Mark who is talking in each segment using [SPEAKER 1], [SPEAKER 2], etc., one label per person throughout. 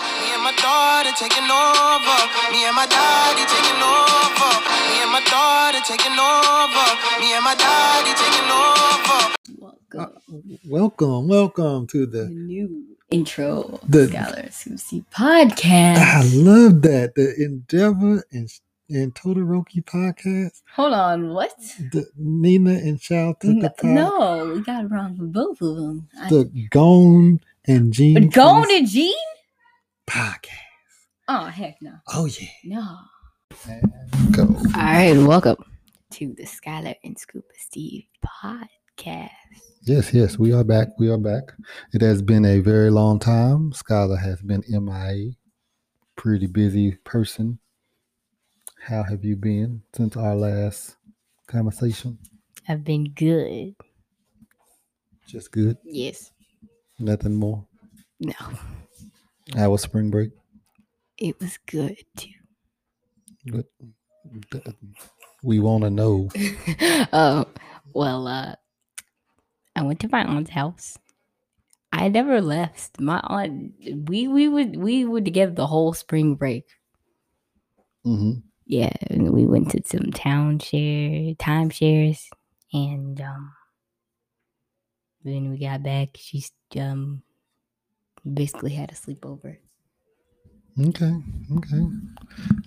[SPEAKER 1] and my daughter taking over. Me and my daddy taking over. Me and my daughter taking over. Me and my daddy taking over. Welcome. Uh, welcome, welcome to the, the
[SPEAKER 2] new intro the, Scholars Who See podcast.
[SPEAKER 1] Ah,
[SPEAKER 2] I
[SPEAKER 1] love that. The Endeavor and and Todoroki podcast.
[SPEAKER 2] Hold on, what?
[SPEAKER 1] The Nina and Chow took
[SPEAKER 2] no, pod- no, we got it wrong for both of them.
[SPEAKER 1] The I, Gone and Gene.
[SPEAKER 2] Gone and Gene
[SPEAKER 1] podcast.
[SPEAKER 2] Oh heck no!
[SPEAKER 1] Oh yeah,
[SPEAKER 2] no.
[SPEAKER 1] And go. All
[SPEAKER 2] right, welcome to the Skylar and Scuba Steve podcast.
[SPEAKER 1] Yes, yes, we are back. We are back. It has been a very long time. Skylar has been MIA, pretty busy person. How have you been since our last conversation?
[SPEAKER 2] I've been good.
[SPEAKER 1] Just good?
[SPEAKER 2] Yes.
[SPEAKER 1] Nothing more?
[SPEAKER 2] No.
[SPEAKER 1] How was spring break?
[SPEAKER 2] It was good too.
[SPEAKER 1] Good. We want to know.
[SPEAKER 2] oh, well, uh, I went to my aunt's house. I never left. My aunt, we we would we would together the whole spring break.
[SPEAKER 1] Mm-hmm
[SPEAKER 2] yeah, and we went to some town share timeshares, and um, then we got back. She um, basically had a sleepover.
[SPEAKER 1] Okay, okay.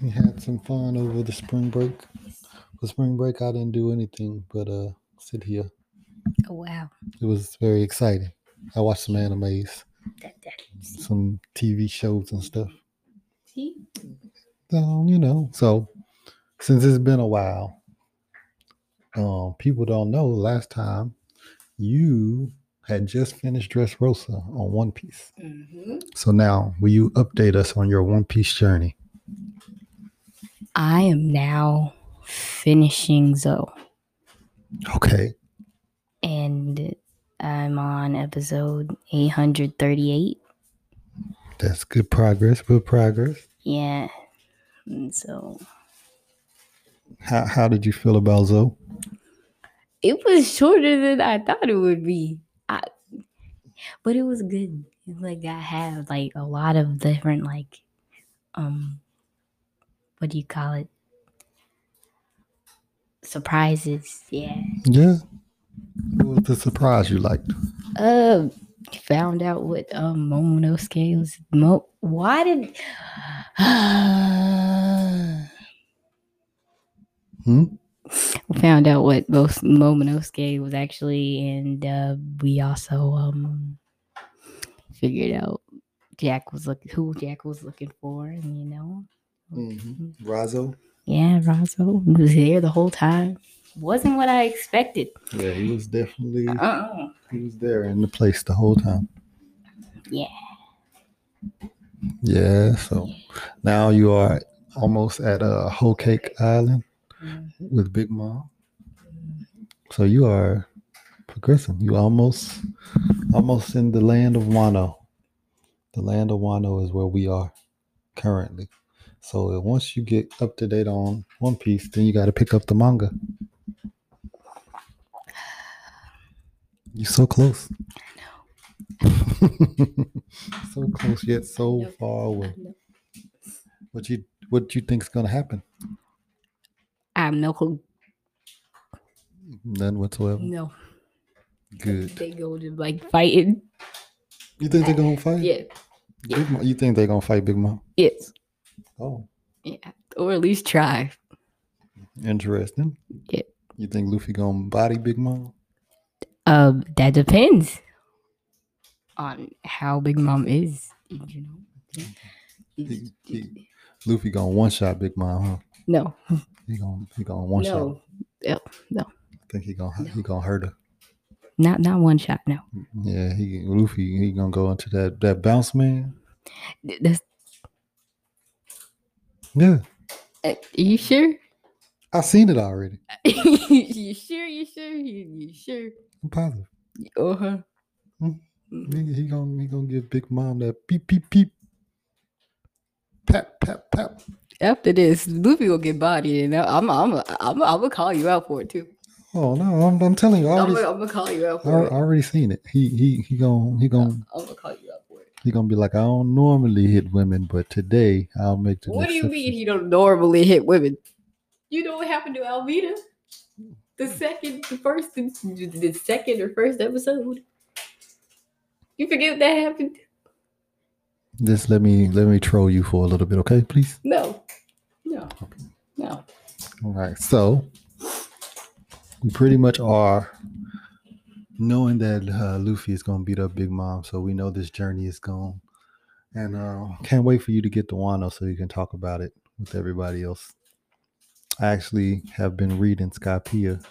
[SPEAKER 1] We had some fun over the spring break. For spring break, I didn't do anything but uh sit here.
[SPEAKER 2] Oh wow!
[SPEAKER 1] It was very exciting. I watched some animes,
[SPEAKER 2] that, that,
[SPEAKER 1] some TV shows and stuff.
[SPEAKER 2] See,
[SPEAKER 1] um, you know, so since it's been a while, um, people don't know last time you had just finished Dress Rosa on One Piece.
[SPEAKER 2] Mm-hmm.
[SPEAKER 1] So now, will you update us on your One Piece journey?
[SPEAKER 2] I am now finishing Zo.
[SPEAKER 1] Okay.
[SPEAKER 2] And I'm on episode 838.
[SPEAKER 1] That's good progress. Good progress.
[SPEAKER 2] Yeah. And so
[SPEAKER 1] how how did you feel about Zoe?
[SPEAKER 2] It was shorter than I thought it would be. I, but it was good. It's like I have like a lot of different like um what do you call it? Surprises, yeah.
[SPEAKER 1] Yeah. What was the surprise you liked?
[SPEAKER 2] Uh found out what um Momonosuke was Mo why did
[SPEAKER 1] Hmm?
[SPEAKER 2] We found out what most Momonosuke was actually, and uh, we also um, figured out Jack was look who Jack was looking for, and you know,
[SPEAKER 1] mm-hmm. Razo.
[SPEAKER 2] Yeah, Razo he was there the whole time. Wasn't what I expected.
[SPEAKER 1] Yeah, he was definitely.
[SPEAKER 2] Uh-uh.
[SPEAKER 1] He was there in the place the whole time.
[SPEAKER 2] Yeah.
[SPEAKER 1] Yeah. So now you are almost at a uh, Whole Cake Island with Big Mom. So you are progressing. You almost almost in the land of Wano. The land of Wano is where we are currently. So once you get up to date on One Piece, then you got to pick up the manga. You're so close. so close yet so far away. What you what do you think is gonna happen?
[SPEAKER 2] I have no clue.
[SPEAKER 1] None whatsoever.
[SPEAKER 2] No.
[SPEAKER 1] Good.
[SPEAKER 2] They go to like fighting.
[SPEAKER 1] You think they're gonna fight?
[SPEAKER 2] Yeah.
[SPEAKER 1] Big Mom, you think they're gonna fight Big Mom?
[SPEAKER 2] Yes.
[SPEAKER 1] Oh.
[SPEAKER 2] Yeah. Or at least try.
[SPEAKER 1] Interesting.
[SPEAKER 2] Yeah.
[SPEAKER 1] You think Luffy gonna body Big Mom?
[SPEAKER 2] Um, that depends on how Big Mom is. You know.
[SPEAKER 1] He, he, Luffy gonna one shot Big Mom, huh?
[SPEAKER 2] No.
[SPEAKER 1] He gonna he gonna one shot.
[SPEAKER 2] No. No. No.
[SPEAKER 1] I think he gonna he gonna hurt her.
[SPEAKER 2] Not not one shot. No.
[SPEAKER 1] Yeah, he Luffy he gonna go into that that bounce man.
[SPEAKER 2] That's,
[SPEAKER 1] Yeah,
[SPEAKER 2] uh, you sure?
[SPEAKER 1] I seen it already.
[SPEAKER 2] you sure? You sure? You, you sure?
[SPEAKER 1] I'm positive.
[SPEAKER 2] Uh huh.
[SPEAKER 1] He, he gonna he gonna give Big Mom that peep peep peep pap pap pap.
[SPEAKER 2] After this, Luffy will get bodied, and I'm I'm I'm I'm gonna call you out for it too.
[SPEAKER 1] Oh no, I'm, I'm telling you, I
[SPEAKER 2] I'm
[SPEAKER 1] already,
[SPEAKER 2] gonna, I'm gonna call you out
[SPEAKER 1] I
[SPEAKER 2] for it.
[SPEAKER 1] already seen it. He he he gonna he gonna
[SPEAKER 2] I'm gonna call you out for it.
[SPEAKER 1] You're gonna be like, I don't normally hit women, but today I'll make the.
[SPEAKER 3] What do you
[SPEAKER 1] exception."
[SPEAKER 3] mean you don't normally hit women? You know what happened to Alvita? The second, the first, the, the second or first episode. You forget what that happened?
[SPEAKER 1] Just let me let me troll you for a little bit, okay? Please.
[SPEAKER 3] No, no, no.
[SPEAKER 1] All right. So we pretty much are knowing that uh, Luffy is gonna beat up Big Mom, so we know this journey is gone, and uh, can't wait for you to get to Wano so you can talk about it with everybody else. I actually have been reading Skypiea,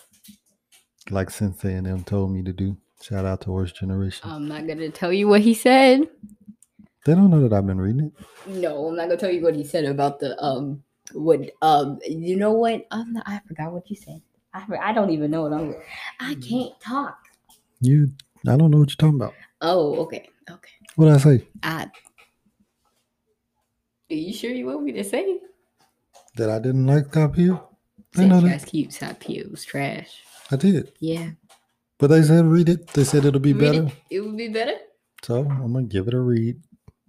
[SPEAKER 1] like Sensei and them told me to do. Shout out to Worst Generation.
[SPEAKER 3] I'm not gonna tell you what he said.
[SPEAKER 1] they don't know that I've been reading it.
[SPEAKER 3] No, I'm not gonna tell you what he said about the um what um you know what I'm not, I forgot what you said. I for- I don't even know what I'm. I can't talk.
[SPEAKER 1] You, I don't know what you're talking about.
[SPEAKER 3] Oh, okay, okay.
[SPEAKER 1] What did I say?
[SPEAKER 3] I. Are you sure you want me to say?
[SPEAKER 1] That I didn't like Skypiea? They
[SPEAKER 3] Said
[SPEAKER 1] know
[SPEAKER 3] trash
[SPEAKER 1] that.
[SPEAKER 3] keeps hot peels trash.
[SPEAKER 1] I did.
[SPEAKER 3] Yeah.
[SPEAKER 1] But they said read it. They said it'll be
[SPEAKER 3] Read
[SPEAKER 1] better.
[SPEAKER 3] It, it would be better.
[SPEAKER 1] So I'm gonna give it a read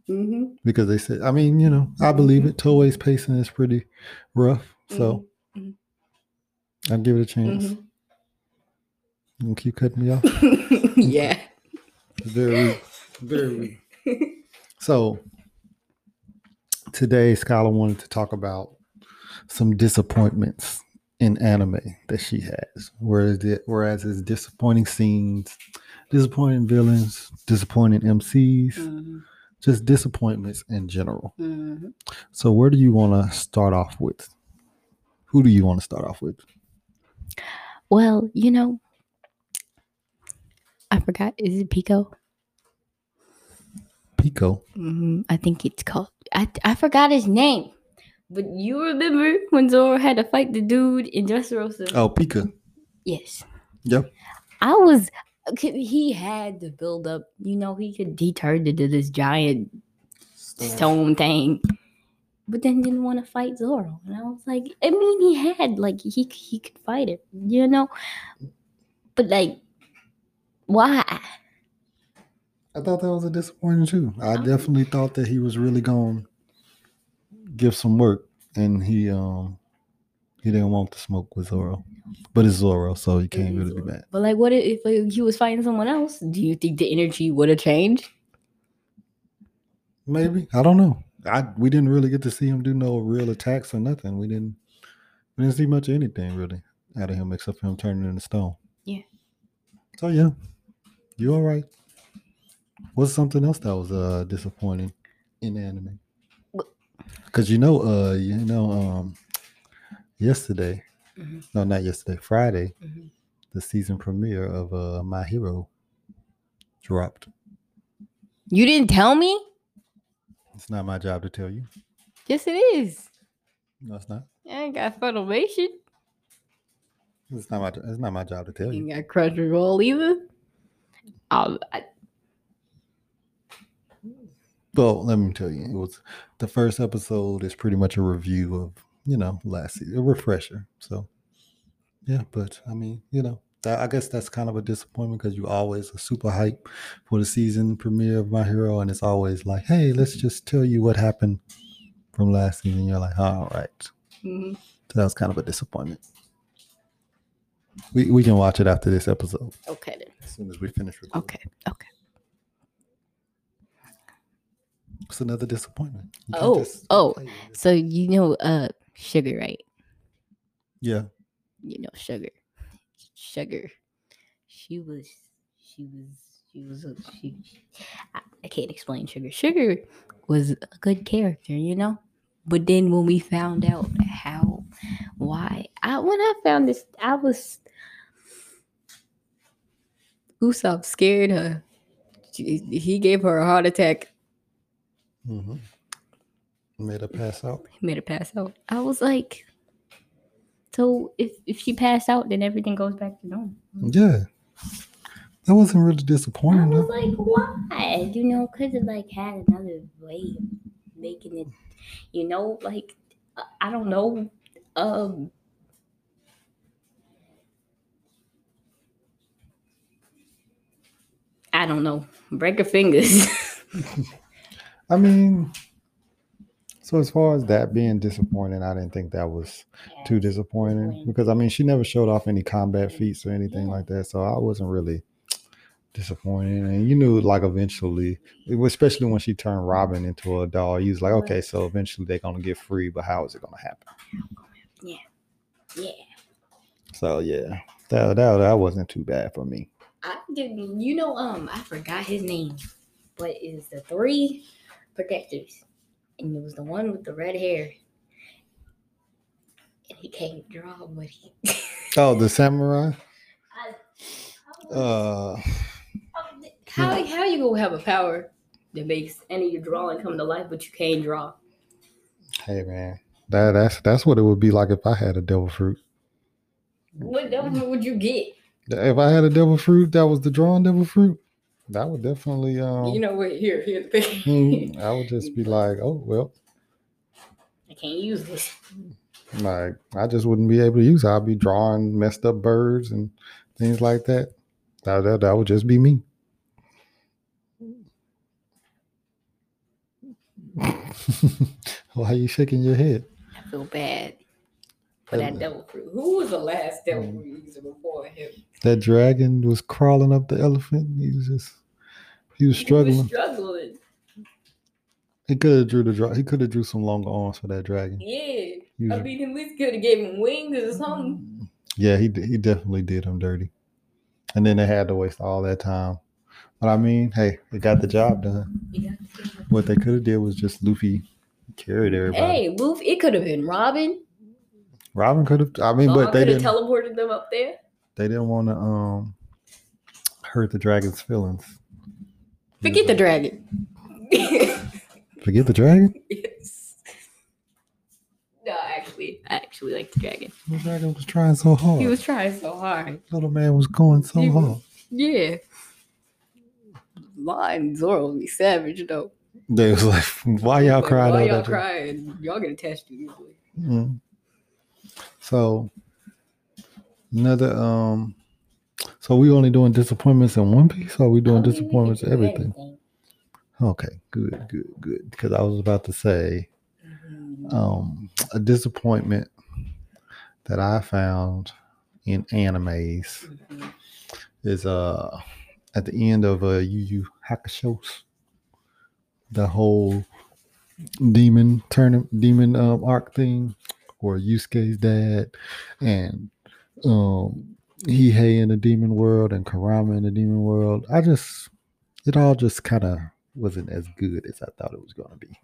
[SPEAKER 3] Mm-hmm.
[SPEAKER 1] because they said. I mean, you know, I believe it. Toei's pacing is pretty rough,
[SPEAKER 2] Mm-hmm.
[SPEAKER 1] so
[SPEAKER 3] Mhm,
[SPEAKER 1] I'll give it a chance. You keep cutting me off.
[SPEAKER 3] yeah.
[SPEAKER 1] Very, very. so today, Skylar wanted to talk about some disappointments in anime that she has. Whereas, it, whereas it's disappointing scenes, disappointing villains, disappointing MCs,
[SPEAKER 2] Mm.
[SPEAKER 3] hmm
[SPEAKER 1] just disappointments in general. So where do you want to start off with? Who do you want to start off with?
[SPEAKER 2] Well, you know, I forgot. Is it Pico?
[SPEAKER 1] Pico.
[SPEAKER 2] hmm I think it's called. I I forgot his name. But you remember when Zoro had to fight the dude in Dressrosa?
[SPEAKER 1] Oh, Pika.
[SPEAKER 2] Yes.
[SPEAKER 1] Yep.
[SPEAKER 2] I was. He had the build up. You know, he could he turned into this giant stone thing, but then didn't want to fight Zoro. And I was like, I mean, he had like he he could fight it, you know, but like, why?
[SPEAKER 1] I thought that was a disappointing too. I
[SPEAKER 2] Oh.
[SPEAKER 1] definitely thought that he was really going to give some work, and he um he didn't want to smoke with Zoro, but it's Zoro, so you can't
[SPEAKER 3] is
[SPEAKER 1] really be
[SPEAKER 3] Zoro.
[SPEAKER 1] mad.
[SPEAKER 2] But like, what if like, he was fighting someone else? Do you think the energy would have changed?
[SPEAKER 1] Maybe I don't know. I we didn't really get to see him do no real attacks or nothing. We didn't we didn't see much of anything really out of him except for him turning into stone.
[SPEAKER 2] Yeah.
[SPEAKER 1] So yeah, you all right. What's something else that was uh disappointing in anime?
[SPEAKER 2] What-
[SPEAKER 1] Because you know, uh, you know, um, yesterday,
[SPEAKER 2] Mm-hmm.
[SPEAKER 3] Mhm.
[SPEAKER 1] no, not yesterday, Friday,
[SPEAKER 3] Mhm.
[SPEAKER 1] the season premiere of uh My Hero dropped.
[SPEAKER 2] You didn't tell me.
[SPEAKER 1] It's not my job to tell you.
[SPEAKER 2] Yes, it is.
[SPEAKER 1] No, it's not.
[SPEAKER 2] I ain't got Funimation.
[SPEAKER 1] It's not my. It's not my job to tell you.
[SPEAKER 3] Ain't got Crunchyroll either.
[SPEAKER 2] Um, I,
[SPEAKER 1] Well, let me tell you, it was the first episode is pretty much a review of you know last season, a refresher. So, yeah, but I mean, you know, that, I guess that's kind of a disappointment because you always are super hype for the season premiere of My Hero, and it's always like, hey, let's just tell you what happened from last season. You're like, all right,
[SPEAKER 2] Mm-hmm.
[SPEAKER 3] Mhm.
[SPEAKER 1] so that was kind of a disappointment. We we can watch it after this episode
[SPEAKER 2] okay then.
[SPEAKER 1] as soon as we finish. Recording.
[SPEAKER 2] Okay.
[SPEAKER 1] it's another disappointment. You can't
[SPEAKER 2] Oh,
[SPEAKER 1] just
[SPEAKER 2] oh,
[SPEAKER 1] complain. It's-
[SPEAKER 2] So you know, uh, sugar, right?
[SPEAKER 1] yeah.
[SPEAKER 2] you know, sugar, sugar. She was, she was, she was. a- She, I, I can't explain sugar. Sugar was a good character, you know. But then when we found out how, why, I when I found this, I was. Usopp scared her. She, he gave her a heart attack.
[SPEAKER 1] Mm-hmm. Made her pass out.
[SPEAKER 2] Made her pass out. I was like, so if if she passed out, then everything goes back to normal.
[SPEAKER 1] Yeah. That wasn't really disappointing.
[SPEAKER 2] I
[SPEAKER 1] though.
[SPEAKER 2] was like, why? You know, could have like had another way of making it. You know, like I- I don't know. Um, I don't know. Break your fingers.
[SPEAKER 1] I mean, so as far as that being disappointing, I didn't think that was too disappointing because I mean, she never showed off any combat feats or anything like that. So I wasn't really disappointed. And you knew, like, eventually, especially when she turned Robin into a doll, you was like, okay, so eventually they're going to get free, but how is it going to happen?
[SPEAKER 2] Yeah.
[SPEAKER 1] So yeah, that, that, that wasn't too bad for me.
[SPEAKER 2] I didn't, you know, um, I forgot his name, but it is the three protectors, and it was the one with the red hair, and he can't draw, but he.
[SPEAKER 1] Oh, the samurai?
[SPEAKER 2] I-
[SPEAKER 1] Uh,
[SPEAKER 2] How how you gonna have a power that makes any of your drawing come to life, but you can't draw?
[SPEAKER 1] hey man, that that's that's what it would be like if I had a devil fruit.
[SPEAKER 2] What development would you get?
[SPEAKER 1] If I had a devil fruit that was the drawn devil fruit, that would definitely um.
[SPEAKER 2] You know what? Here, here's the thing.
[SPEAKER 1] mm, I would just be like, oh well,
[SPEAKER 2] I can't use this.
[SPEAKER 1] like I just wouldn't be able to use. It. I'd be drawing messed up birds and things like that. That that, that would just be me. Why are you shaking your head?
[SPEAKER 2] I feel bad for that
[SPEAKER 1] Um,
[SPEAKER 2] devil crew. Who was the last devil
[SPEAKER 1] Mm.
[SPEAKER 2] crew user before him?
[SPEAKER 1] That dragon was crawling up the elephant. He was just he was
[SPEAKER 2] He
[SPEAKER 1] struggling.
[SPEAKER 2] was struggling.
[SPEAKER 1] He could have drew the dra- he could have drew some longer arms for that dragon.
[SPEAKER 2] Yeah.
[SPEAKER 1] He was-
[SPEAKER 2] I mean, at least could have gave him wings or something.
[SPEAKER 1] Yeah, he d- he definitely did him dirty, and then they had to waste all that time. But I mean, hey, they got the job done.
[SPEAKER 2] Yeah.
[SPEAKER 1] What they could have did was just Luffy carried everybody.
[SPEAKER 2] Hey, Luffy, it could have been Robin.
[SPEAKER 1] Robin could have. I mean,
[SPEAKER 2] Law
[SPEAKER 1] but they
[SPEAKER 2] could have
[SPEAKER 1] didn't.
[SPEAKER 2] teleported them up there.
[SPEAKER 1] they didn't want to um hurt the dragon's feelings. He was
[SPEAKER 2] Forget the
[SPEAKER 1] like,
[SPEAKER 2] dragon.
[SPEAKER 1] forget the dragon.
[SPEAKER 2] yes. No, actually, I actually like the dragon.
[SPEAKER 1] The dragon was trying so hard.
[SPEAKER 2] He was trying so hard.
[SPEAKER 1] Little man was going so
[SPEAKER 2] He was-
[SPEAKER 1] hard.
[SPEAKER 2] Yeah. Lion Zoro would be savage though.
[SPEAKER 1] They was like, "Why y'all
[SPEAKER 2] Like,
[SPEAKER 1] crying?"
[SPEAKER 2] Why
[SPEAKER 1] out
[SPEAKER 2] y'all
[SPEAKER 1] that dra-
[SPEAKER 2] crying? Y'all get attached to usually.
[SPEAKER 1] Mm. So another um so we only doing disappointments in one piece or we doing disappointments in everything? Okay, good, good, good. Because I was about to say um a disappointment that I found in animes is uh at the end of uh Yu Yu Hakusho the whole demon turn demon um arc thing or Yusuke's dad and um Hei in the demon world and Karama in the demon world. I just it all just kind of wasn't as good as I thought it was going to be.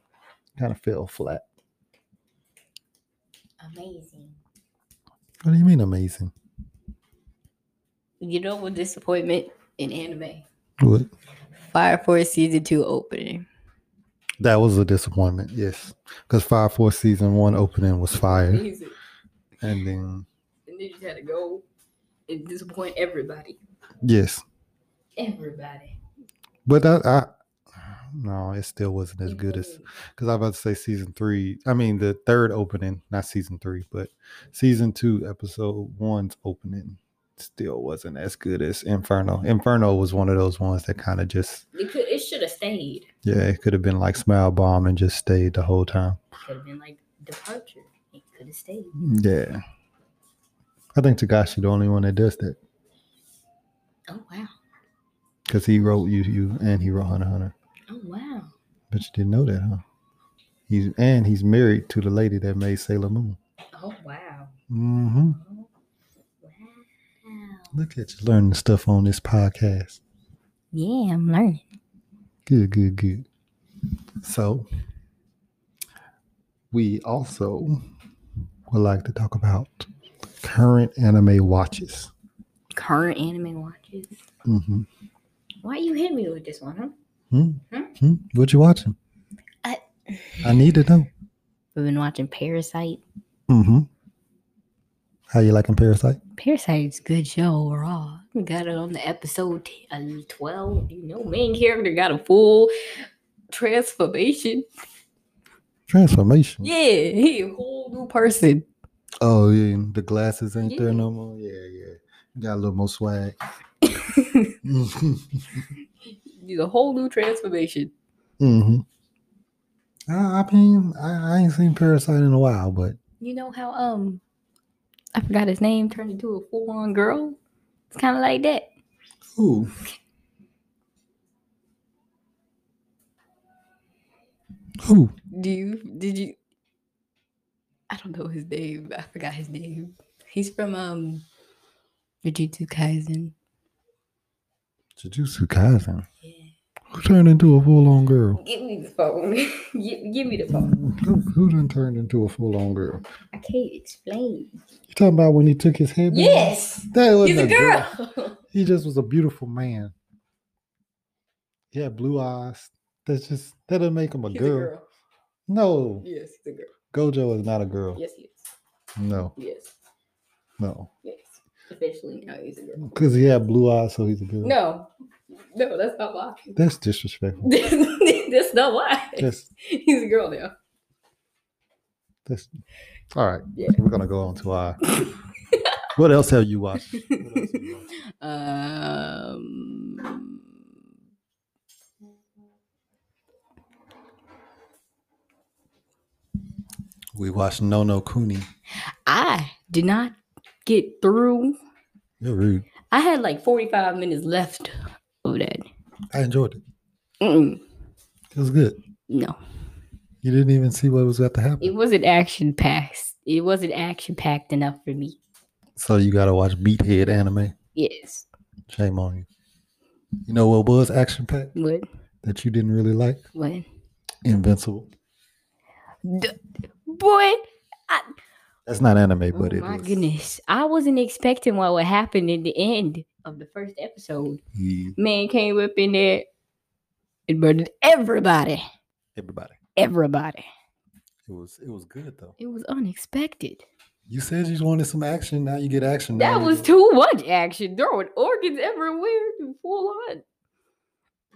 [SPEAKER 1] Kind of fell flat.
[SPEAKER 4] Amazing.
[SPEAKER 1] What do Oh, you mean amazing?
[SPEAKER 2] You know what disappointment in anime?
[SPEAKER 1] What?
[SPEAKER 2] Fire Force season two opening.
[SPEAKER 1] That was a disappointment, yes. Because Fire Force season one opening was fire.
[SPEAKER 2] Amazing.
[SPEAKER 1] And then
[SPEAKER 2] And they just had to go and disappoint everybody.
[SPEAKER 1] yes.
[SPEAKER 2] Everybody.
[SPEAKER 1] But that I no, it still wasn't as good as because I was about to say season three. I mean the third opening, not season three, but season two, episode one's opening still wasn't as good as Inferno. Inferno was one of those ones that kind of just
[SPEAKER 2] it could it should have stayed.
[SPEAKER 1] yeah, it could have been like Smile Bomb and just stayed the whole time.
[SPEAKER 2] Could have been like departure. It could have stayed.
[SPEAKER 1] Yeah. I think Tagashi the only one that does that
[SPEAKER 2] Oh wow.
[SPEAKER 1] because he wrote you you and he wrote Hunter x Hunter.
[SPEAKER 2] Oh wow.
[SPEAKER 1] But you didn't know that, huh? He's and he's married to the lady that made Sailor Moon.
[SPEAKER 2] Oh wow.
[SPEAKER 1] Mm-hmm.
[SPEAKER 2] Oh, wow.
[SPEAKER 1] Look at you learning stuff on this podcast.
[SPEAKER 4] Yeah, I'm learning.
[SPEAKER 1] Good, good, good. So, we also would like to talk about current anime watches.
[SPEAKER 4] Current anime watches.
[SPEAKER 1] Mm-hmm.
[SPEAKER 2] Why you hit me with this one, huh?
[SPEAKER 1] Hmm? What you watching?
[SPEAKER 4] I-
[SPEAKER 1] I need to know.
[SPEAKER 4] We've been watching Parasite.
[SPEAKER 1] Mm-hmm. How you liking Parasite?
[SPEAKER 4] Parasite's a good show overall.
[SPEAKER 2] We got it on the episode t- uh, 12. You know, main character got a full transformation.
[SPEAKER 1] Transformation.
[SPEAKER 2] Yeah, he a whole new person.
[SPEAKER 1] Oh yeah, and the glasses ain't
[SPEAKER 2] Yeah.
[SPEAKER 1] there no more. Yeah, yeah. You got a little more swag. mm-hmm.
[SPEAKER 2] He's a whole new transformation.
[SPEAKER 1] I, I mean, I, I ain't seen Parasite in a while, but
[SPEAKER 2] You know how um I forgot his name turned into a full on girl? It's kinda like that.
[SPEAKER 1] ooh, who?
[SPEAKER 2] Do you did you I don't know his name. I forgot his name. He's from um Jujutsu Kaisen.
[SPEAKER 1] Jujutsu Kaisen.
[SPEAKER 2] Yeah.
[SPEAKER 1] Who turned into a full-on girl?
[SPEAKER 2] Give me the phone. give, give me the phone.
[SPEAKER 1] Who, who done turned into a full-on girl?
[SPEAKER 2] I can't explain.
[SPEAKER 1] You talking about when he took his head?
[SPEAKER 2] Yes.
[SPEAKER 1] that was
[SPEAKER 2] He's a girl.
[SPEAKER 1] He just was a beautiful man. He had blue eyes. That's just that doesn't make him a,
[SPEAKER 3] He's
[SPEAKER 1] girl.
[SPEAKER 3] a girl.
[SPEAKER 1] No,
[SPEAKER 3] Yes, he's a girl.
[SPEAKER 1] Gojo is not a girl.
[SPEAKER 3] Yes, he is.
[SPEAKER 1] No,
[SPEAKER 3] Yes,
[SPEAKER 1] no,
[SPEAKER 3] yes. Officially now he's a girl.
[SPEAKER 1] because he had blue eyes, so he's a girl.
[SPEAKER 3] No, no, that's not why.
[SPEAKER 1] that's disrespectful.
[SPEAKER 3] that's not why.
[SPEAKER 1] That's
[SPEAKER 3] He's a girl now.
[SPEAKER 1] that's all right.
[SPEAKER 3] Yeah.
[SPEAKER 1] We're gonna go on to our. what else have you watched?
[SPEAKER 3] Um,
[SPEAKER 1] We watched No No Cooney.
[SPEAKER 2] I did not get through.
[SPEAKER 1] You're rude.
[SPEAKER 2] I had like 45 minutes left of that.
[SPEAKER 1] I enjoyed it.
[SPEAKER 2] Mm-mm,
[SPEAKER 1] It was good.
[SPEAKER 2] no,
[SPEAKER 1] You didn't even see what was about to happen.
[SPEAKER 2] it wasn't action packed. It wasn't action packed enough for me.
[SPEAKER 1] So you gotta watch Beathead anime.
[SPEAKER 2] Yes.
[SPEAKER 1] Shame on you. You know what was action packed
[SPEAKER 2] What?
[SPEAKER 1] that you didn't really like?
[SPEAKER 2] What?
[SPEAKER 1] Invincible.
[SPEAKER 2] D- boy.
[SPEAKER 1] That's not anime,
[SPEAKER 2] Oh
[SPEAKER 1] but it is.
[SPEAKER 2] my goodness. I wasn't expecting what would happen in the end of the first episode.
[SPEAKER 1] He-
[SPEAKER 2] Man came up in there and murdered everybody.
[SPEAKER 1] everybody.
[SPEAKER 2] Everybody.
[SPEAKER 1] It was it was good though.
[SPEAKER 2] It was unexpected.
[SPEAKER 1] You said you wanted some action. Now you get action. Now
[SPEAKER 2] That
[SPEAKER 1] you
[SPEAKER 2] was
[SPEAKER 1] get-
[SPEAKER 2] too much action. Throwing organs everywhere, full on.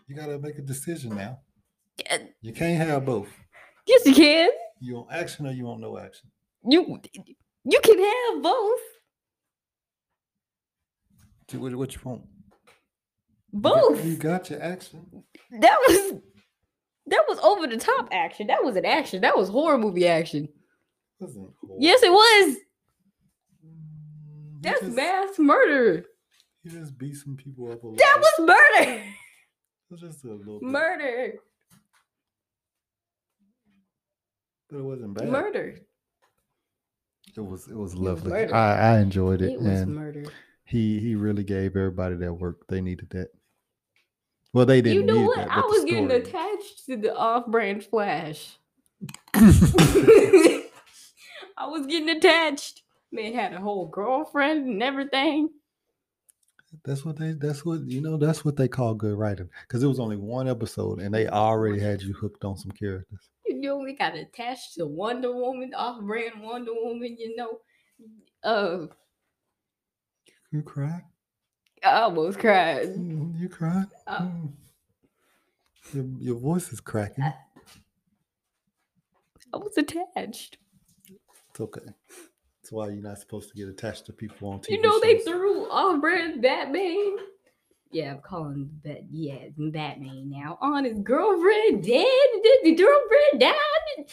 [SPEAKER 1] You gotta make a decision now.
[SPEAKER 2] Yeah.
[SPEAKER 1] You can't have both.
[SPEAKER 2] Yes, you can.
[SPEAKER 1] You want action or you want no action.
[SPEAKER 2] You you can have both.
[SPEAKER 1] Do What, what you want? You got-
[SPEAKER 2] Both.
[SPEAKER 1] You got your action.
[SPEAKER 2] That was that was over the top action. That was an action. That was horror movie action.
[SPEAKER 1] Wasn't horrible.
[SPEAKER 2] Yes, it was.
[SPEAKER 1] Mm, he
[SPEAKER 2] That's
[SPEAKER 1] just-
[SPEAKER 2] mass murder.
[SPEAKER 1] He just beat some people up a little.
[SPEAKER 2] That was murder.
[SPEAKER 1] was just a little bit,
[SPEAKER 2] Murder.
[SPEAKER 1] but it wasn't bad.
[SPEAKER 2] Murder.
[SPEAKER 1] It was it was
[SPEAKER 2] was
[SPEAKER 1] lovely.
[SPEAKER 2] murder.
[SPEAKER 1] I, I enjoyed it,
[SPEAKER 2] It was
[SPEAKER 1] and
[SPEAKER 2] murder.
[SPEAKER 1] he he really gave everybody that work. They needed that. Well, they didn't.
[SPEAKER 2] You know
[SPEAKER 1] need
[SPEAKER 2] what?
[SPEAKER 1] That,
[SPEAKER 2] I
[SPEAKER 1] but the
[SPEAKER 2] was getting
[SPEAKER 1] story-
[SPEAKER 2] attached to the off-brand Flash. I was getting attached. Man had a whole girlfriend and everything.
[SPEAKER 1] That's what they. That's what you know. That's what they call good writing. Because it was only one episode, and they already had you hooked on some characters.
[SPEAKER 2] You know, we got attached to Wonder Woman, off-brand Wonder Woman. You know, uh,
[SPEAKER 1] You cried.
[SPEAKER 2] I almost cried.
[SPEAKER 1] Mm, You cried.
[SPEAKER 2] Uh,
[SPEAKER 1] Mm. Your, your voice is cracking.
[SPEAKER 2] I- I was attached.
[SPEAKER 1] It's okay. That's why you're not supposed to get attached to people on TV.
[SPEAKER 2] You know, they
[SPEAKER 1] shows.
[SPEAKER 2] threw off-brand Batman. Yeah, I'm calling but yeah, Batman now on his girlfriend dead. Did the girlfriend die?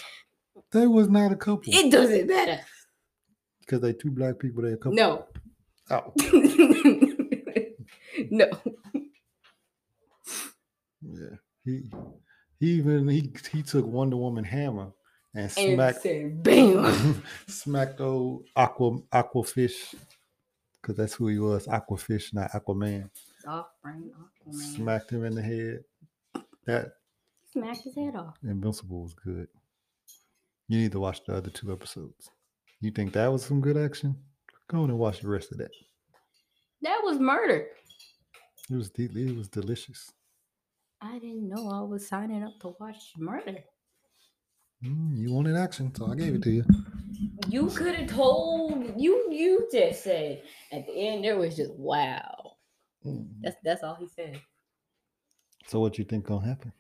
[SPEAKER 1] they was not a couple
[SPEAKER 2] It doesn't matter.
[SPEAKER 1] because they two black people. They a couple.
[SPEAKER 2] No.
[SPEAKER 1] Oh,
[SPEAKER 2] no.
[SPEAKER 1] yeah. He he even he he took Wonder Woman hammer and
[SPEAKER 2] And
[SPEAKER 1] smacked
[SPEAKER 2] said, bam.
[SPEAKER 1] smacked old aqua aquafish because that's who he was aquafish not aquaman
[SPEAKER 2] Off brain, off brain.
[SPEAKER 1] smacked him in the head that
[SPEAKER 2] Smack his head off.
[SPEAKER 1] invincible was good you need to watch the other two episodes you think that was some good action go on and watch the rest of that
[SPEAKER 2] That was murder.
[SPEAKER 1] it was de- it was delicious
[SPEAKER 2] I didn't know I was signing up to watch murder.
[SPEAKER 1] Mm, you wanted action so i gave it to you
[SPEAKER 2] You could have told you you just said at the end there was just wow.
[SPEAKER 1] Mm.
[SPEAKER 2] That's that's all he said.
[SPEAKER 1] so what you think gonna happen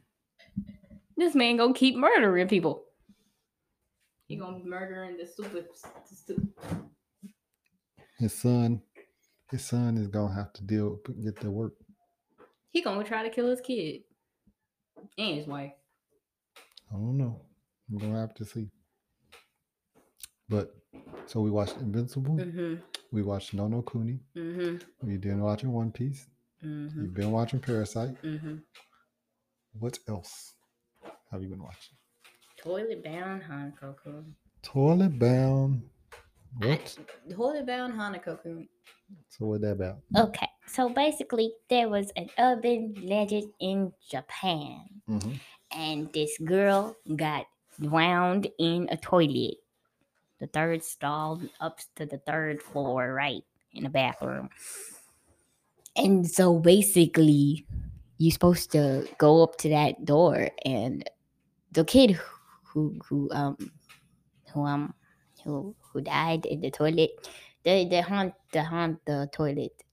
[SPEAKER 2] This man gonna keep murdering people. He gonna be murdering the stupid, the stupid
[SPEAKER 1] his son his son is gonna have to deal get to work
[SPEAKER 2] He gonna try to kill his kid and his wife.
[SPEAKER 1] i don't know I'm gonna have to see. But so we watched Invincible.
[SPEAKER 2] Mm-hmm.
[SPEAKER 1] We watched No No Cooney.
[SPEAKER 2] Mm-hmm.
[SPEAKER 1] You've been watching One Piece.
[SPEAKER 2] Mm-hmm.
[SPEAKER 1] You've been watching Parasite.
[SPEAKER 2] Mm-hmm.
[SPEAKER 1] What else have you been watching?
[SPEAKER 2] Toilet bound Hanako.
[SPEAKER 1] Toilet Bound. What?
[SPEAKER 3] Holy bound Hanako.
[SPEAKER 1] So what that about?
[SPEAKER 2] Okay, so basically, there was an urban legend in Japan,
[SPEAKER 1] Mm-hmm.
[SPEAKER 2] and this girl got drowned in a toilet. The third stall up to the third floor, right in the bathroom. And so basically, you're supposed to go up to that door, and the kid who who um who um who who died in the toilet, they they haunt the haunt the toilet.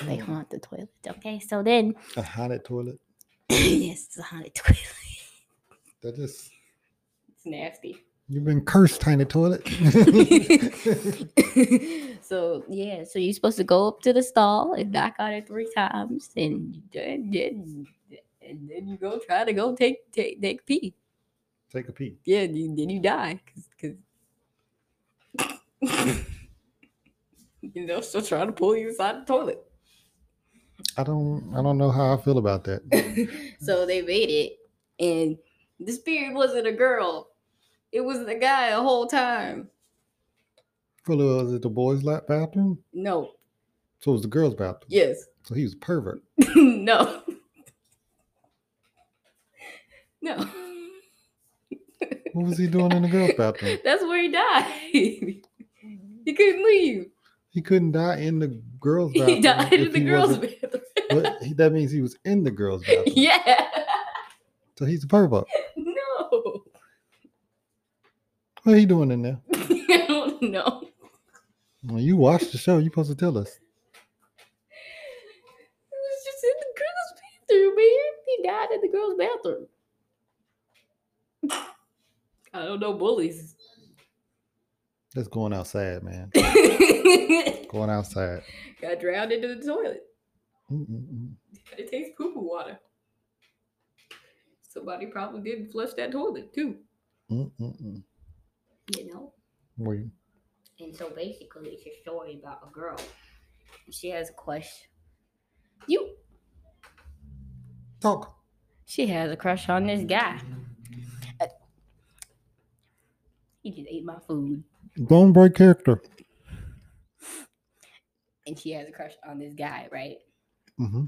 [SPEAKER 2] They haunt the toilet. Okay, so then
[SPEAKER 1] A haunted toilet.
[SPEAKER 2] yes, it's a haunted toilet.
[SPEAKER 1] That just
[SPEAKER 3] It's nasty.
[SPEAKER 1] you've been cursed, tiny toilet.
[SPEAKER 2] so yeah, so you're supposed to go up to the stall and knock on it three times, and then then, and then you go try to go take take take pee.
[SPEAKER 1] Take a peek.
[SPEAKER 2] Yeah, and you, then you die because
[SPEAKER 3] You know, still trying to pull you inside the toilet.
[SPEAKER 1] I don't. I don't know how I feel about that.
[SPEAKER 3] so they made it, and the spirit wasn't a girl. It was the guy the whole time.
[SPEAKER 1] Well, was it the boys' lap bathroom?
[SPEAKER 3] No.
[SPEAKER 1] So it was the girls' bathroom.
[SPEAKER 3] Yes.
[SPEAKER 1] So he was a pervert.
[SPEAKER 3] no. no.
[SPEAKER 1] What was he doing in the girls' bathroom?
[SPEAKER 3] That's where he died. he couldn't leave.
[SPEAKER 1] He couldn't die in the girls' bathroom.
[SPEAKER 3] He died in
[SPEAKER 1] if
[SPEAKER 3] the
[SPEAKER 1] he
[SPEAKER 3] girls'
[SPEAKER 1] wasn't-
[SPEAKER 3] bathroom.
[SPEAKER 1] But he, that means he was in the girls' bathroom.
[SPEAKER 3] yeah.
[SPEAKER 1] So he's a pervert.
[SPEAKER 3] No.
[SPEAKER 1] What he doing in there?
[SPEAKER 3] I don't know.
[SPEAKER 1] Well, you watched the show. You supposed to tell us.
[SPEAKER 3] It was just in the girls' bathroom, man. He died in the girls' bathroom. I don't know bullies.
[SPEAKER 1] That's going outside, man.
[SPEAKER 3] Got
[SPEAKER 1] Going outside.
[SPEAKER 3] drowned into the toilet.
[SPEAKER 1] Mm-mm-mm.
[SPEAKER 3] It tastes poo poo water. Somebody probably didn't flush that toilet too.
[SPEAKER 1] Mm-mm-mm.
[SPEAKER 2] you know.
[SPEAKER 1] Wait.
[SPEAKER 2] And so basically, it's a story about a girl. She has a crush. You.
[SPEAKER 1] Talk.
[SPEAKER 2] She has a crush on this guy. Uh, He just ate my food,
[SPEAKER 1] Don't break character.
[SPEAKER 2] and she has a crush on this guy, right?
[SPEAKER 1] hmm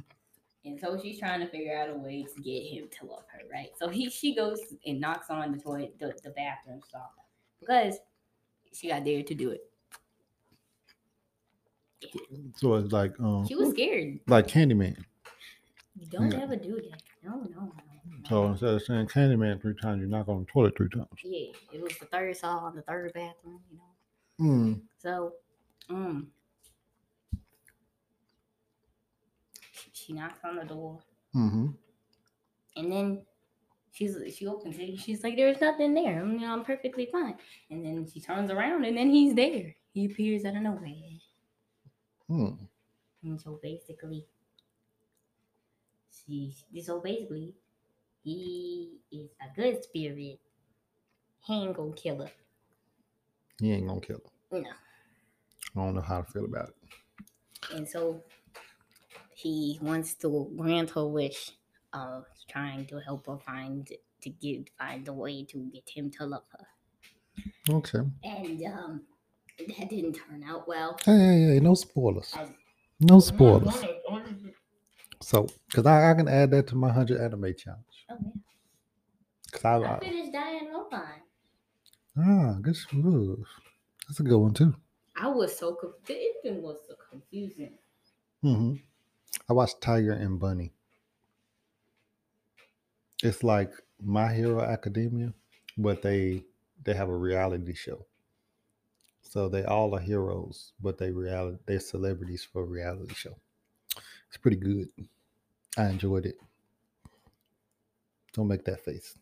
[SPEAKER 2] And so she's trying to figure out a way to get him to love her, right? So he she goes and knocks on the toilet, the, the bathroom stall, because she got dared to do it.
[SPEAKER 1] So it's like, um,
[SPEAKER 2] She was scared.
[SPEAKER 1] like Candyman.
[SPEAKER 2] You don't
[SPEAKER 1] Yeah.
[SPEAKER 2] ever do that. No, no, no. no.
[SPEAKER 1] So instead of saying Candyman three times, you knock on the toilet three times.
[SPEAKER 2] yeah, it was the third stall on the third bathroom, you know.
[SPEAKER 1] Mm.
[SPEAKER 2] So, um, she- she knocks on the door,
[SPEAKER 1] Mm-hmm.
[SPEAKER 2] and then she's she opens it. And she's like, "There's nothing there. I'm, you know, I'm perfectly fine." And then she turns around, and then he's there. He appears out of nowhere,
[SPEAKER 1] Mm.
[SPEAKER 2] and so basically, she so basically, he is a good spirit. He ain't gonna kill her.
[SPEAKER 1] He ain't gonna kill him.
[SPEAKER 2] No.
[SPEAKER 1] I don't know how to feel about it.
[SPEAKER 2] and so he wants to grant her wish of trying to help her find to get find a way to get him to love her
[SPEAKER 1] Okay.
[SPEAKER 2] and um that didn't turn out well
[SPEAKER 1] Hey, hey, hey, no spoilers.
[SPEAKER 2] I-
[SPEAKER 1] No spoilers. So, because I, I can add that to my 100 anime challenge.
[SPEAKER 2] oh, yeah.
[SPEAKER 1] 'Cause I,
[SPEAKER 2] i
[SPEAKER 1] I,
[SPEAKER 2] finished dying robot
[SPEAKER 1] ah, good sh- ooh, That's a good one, too.
[SPEAKER 2] i was so confused the ending was so confusing
[SPEAKER 1] hmm I watched Tiger and Bunny. It's like My Hero Academia, but they they have a reality show. So they all are heroes, but they reality they're celebrities for a reality show. It's pretty good. I enjoyed it. Don't make that face.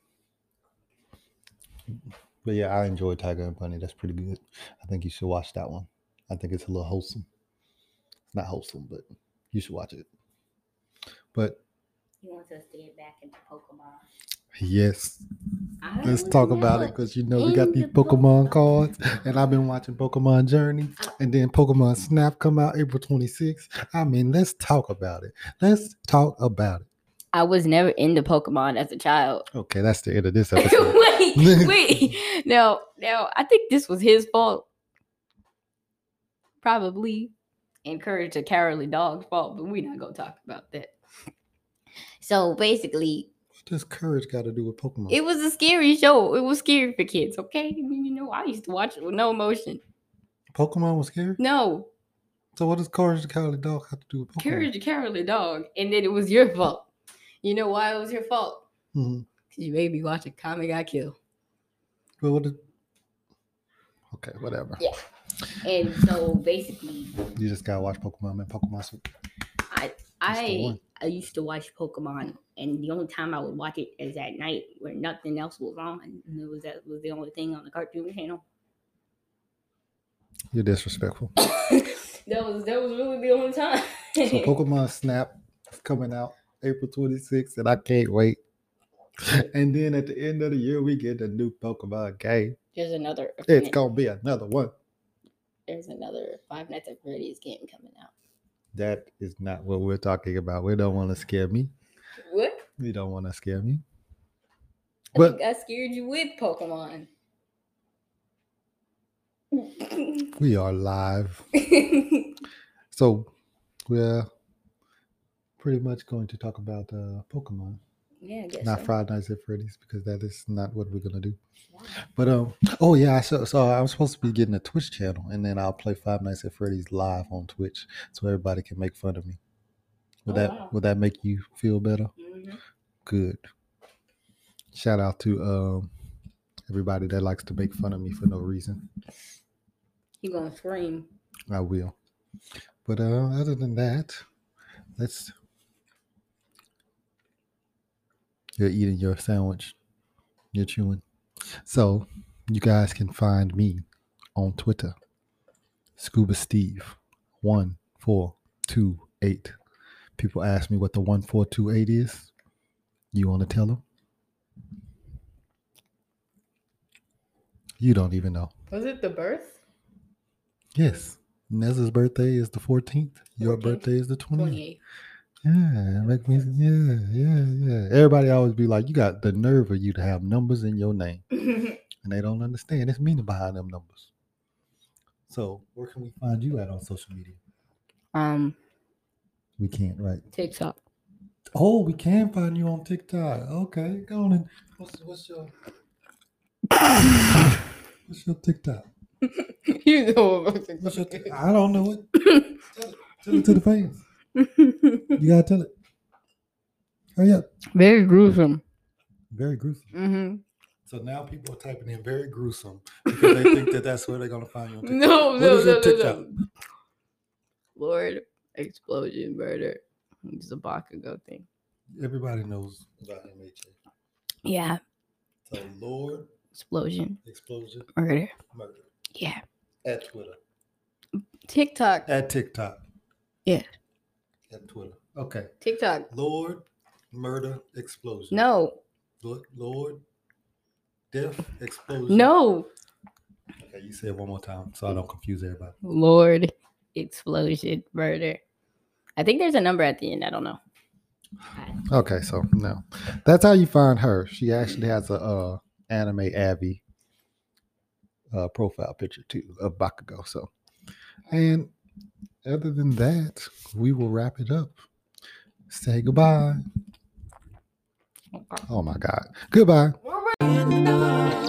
[SPEAKER 1] But yeah, I enjoyed Tiger and Bunny. That's pretty good. I think you should watch that one. I think it's a little wholesome. It's not wholesome, but you should watch it. But
[SPEAKER 2] he wants us to get back into pokemon
[SPEAKER 1] Yes.
[SPEAKER 3] I
[SPEAKER 1] Let's
[SPEAKER 3] would
[SPEAKER 1] talk about it
[SPEAKER 2] look
[SPEAKER 1] because you know we got
[SPEAKER 2] in
[SPEAKER 1] these
[SPEAKER 2] Oh, the
[SPEAKER 1] Pokemon cards, and I've been watching Pokemon Journey, and then Pokemon Snap come out April 26th. I mean, let's talk about it. Let's talk about it.
[SPEAKER 2] I was never into Pokemon as a child.
[SPEAKER 1] Okay, that's the end of this episode.
[SPEAKER 2] wait, wait. No, no. I think this was his fault. Probably encouraged a cowardly dog's fault, but we're not gonna talk about that. So basically,
[SPEAKER 1] what does courage got to do with Pokemon?
[SPEAKER 2] it was a scary show. It was scary for kids, okay? I mean, you know, I used to watch it with no emotion.
[SPEAKER 1] Pokemon was scary.
[SPEAKER 2] No,
[SPEAKER 1] So what does courage the cowardly dog have to do with Pokemon?
[SPEAKER 2] courage the cowardly dog, and then it was your fault. You know why it was your fault?
[SPEAKER 1] Mhm.
[SPEAKER 2] 'Cause you made me watch a comic I kill.
[SPEAKER 1] But what? Is... Okay, whatever.
[SPEAKER 2] Yeah. And so basically,
[SPEAKER 1] You just gotta watch Pokemon man. Pokemon. Switch.
[SPEAKER 2] I
[SPEAKER 1] That's the
[SPEAKER 2] I
[SPEAKER 1] one.
[SPEAKER 2] I used to watch Pokemon, and the only time I would watch it is at night when nothing else was on, and it was that was the only thing on the Cartoon Channel.
[SPEAKER 1] You're disrespectful.
[SPEAKER 2] That was that was really the only time.
[SPEAKER 1] So Pokemon Snap is coming out April 26th, and I can't wait. And then at the end of the year, we get the new Pokemon game.
[SPEAKER 2] There's another.
[SPEAKER 1] It's gonna be another one.
[SPEAKER 2] There's another Five Nights at Freddy's game coming out.
[SPEAKER 1] That is not what we're talking about. We don't want to scare me.
[SPEAKER 2] What?
[SPEAKER 1] You don't want to scare me.
[SPEAKER 2] I
[SPEAKER 1] But
[SPEAKER 2] think I scared you with Pokemon.
[SPEAKER 1] we are live, so we're pretty much going to talk about uh, Pokemon,
[SPEAKER 2] yeah, I guess
[SPEAKER 1] not
[SPEAKER 2] so.
[SPEAKER 1] Friday Nights at Freddy's, because that is not what we're gonna do. But um, oh yeah, I so, so I'm supposed to be getting a Twitch channel, and then I'll play Five Nights at Freddy's live on Twitch, so everybody can make fun of me. Would
[SPEAKER 2] Oh,
[SPEAKER 1] that
[SPEAKER 2] wow.
[SPEAKER 1] would that make you feel better?
[SPEAKER 2] Mhm.
[SPEAKER 1] Good. Shout out to um everybody that likes to make fun of me for no reason.
[SPEAKER 2] You gonna scream?
[SPEAKER 1] I will. But uh, other than that, let's. You're eating your sandwich. You're chewing. So you guys can find me on Twitter, Scuba Steve, one four two eight. People ask me what the one four two eight is. You want to tell them? You don't even know.
[SPEAKER 3] Was it the birth?
[SPEAKER 1] Yes. Nez's birthday is the 14th. Your
[SPEAKER 2] 14th.
[SPEAKER 1] birthday is the 20th.
[SPEAKER 2] 28.
[SPEAKER 1] Yeah, make me yeah, yeah, yeah. Everybody always be like, you got the nerve of you to have numbers in your name. And they don't understand. It's meaning behind them numbers. So where can we find you at on social media?
[SPEAKER 2] um,
[SPEAKER 1] We can't, right?
[SPEAKER 2] TikTok.
[SPEAKER 1] Oh, we can find you on TikTok. Okay, go on and what's, what's your what's your TikTok?
[SPEAKER 2] you know about
[SPEAKER 1] What's your t-
[SPEAKER 2] TikTok.
[SPEAKER 1] I don't know it. tell, it tell it to the fans. You gotta tell it. Hurry up.
[SPEAKER 2] Very gruesome.
[SPEAKER 1] Very gruesome.
[SPEAKER 2] Mm-hmm.
[SPEAKER 1] So now people are typing in very gruesome because they think that that's where they're gonna find you. on TikTok.
[SPEAKER 2] No,
[SPEAKER 1] What
[SPEAKER 2] no,
[SPEAKER 1] is your
[SPEAKER 2] no, no,
[SPEAKER 1] TikTok?
[SPEAKER 2] no. Lord, explosion, murder. It's a Bakugo thing.
[SPEAKER 1] Everybody knows about MHA.
[SPEAKER 2] Yeah,
[SPEAKER 1] So Lord,
[SPEAKER 2] explosion,
[SPEAKER 1] explosion,
[SPEAKER 2] murder.
[SPEAKER 1] murder
[SPEAKER 2] Yeah.
[SPEAKER 1] at Twitter,
[SPEAKER 2] TikTok.
[SPEAKER 1] at TikTok.
[SPEAKER 2] Yeah.
[SPEAKER 1] At Twitter. Okay.
[SPEAKER 2] TikTok.
[SPEAKER 1] Lord, murder, explosion.
[SPEAKER 2] No,
[SPEAKER 1] Lord, Lord death, explosion.
[SPEAKER 2] no.
[SPEAKER 1] Okay, you say it one more time so I don't confuse everybody.
[SPEAKER 2] Lord, explosion, murder. I think there's a number at the end. I don't know.
[SPEAKER 1] Okay, so no, that's how you find her. She actually has a uh, anime Abby uh, profile picture too of Bakugo. So, and other than that, we will wrap it up. Say goodbye. Oh my God, goodbye.
[SPEAKER 2] Okay.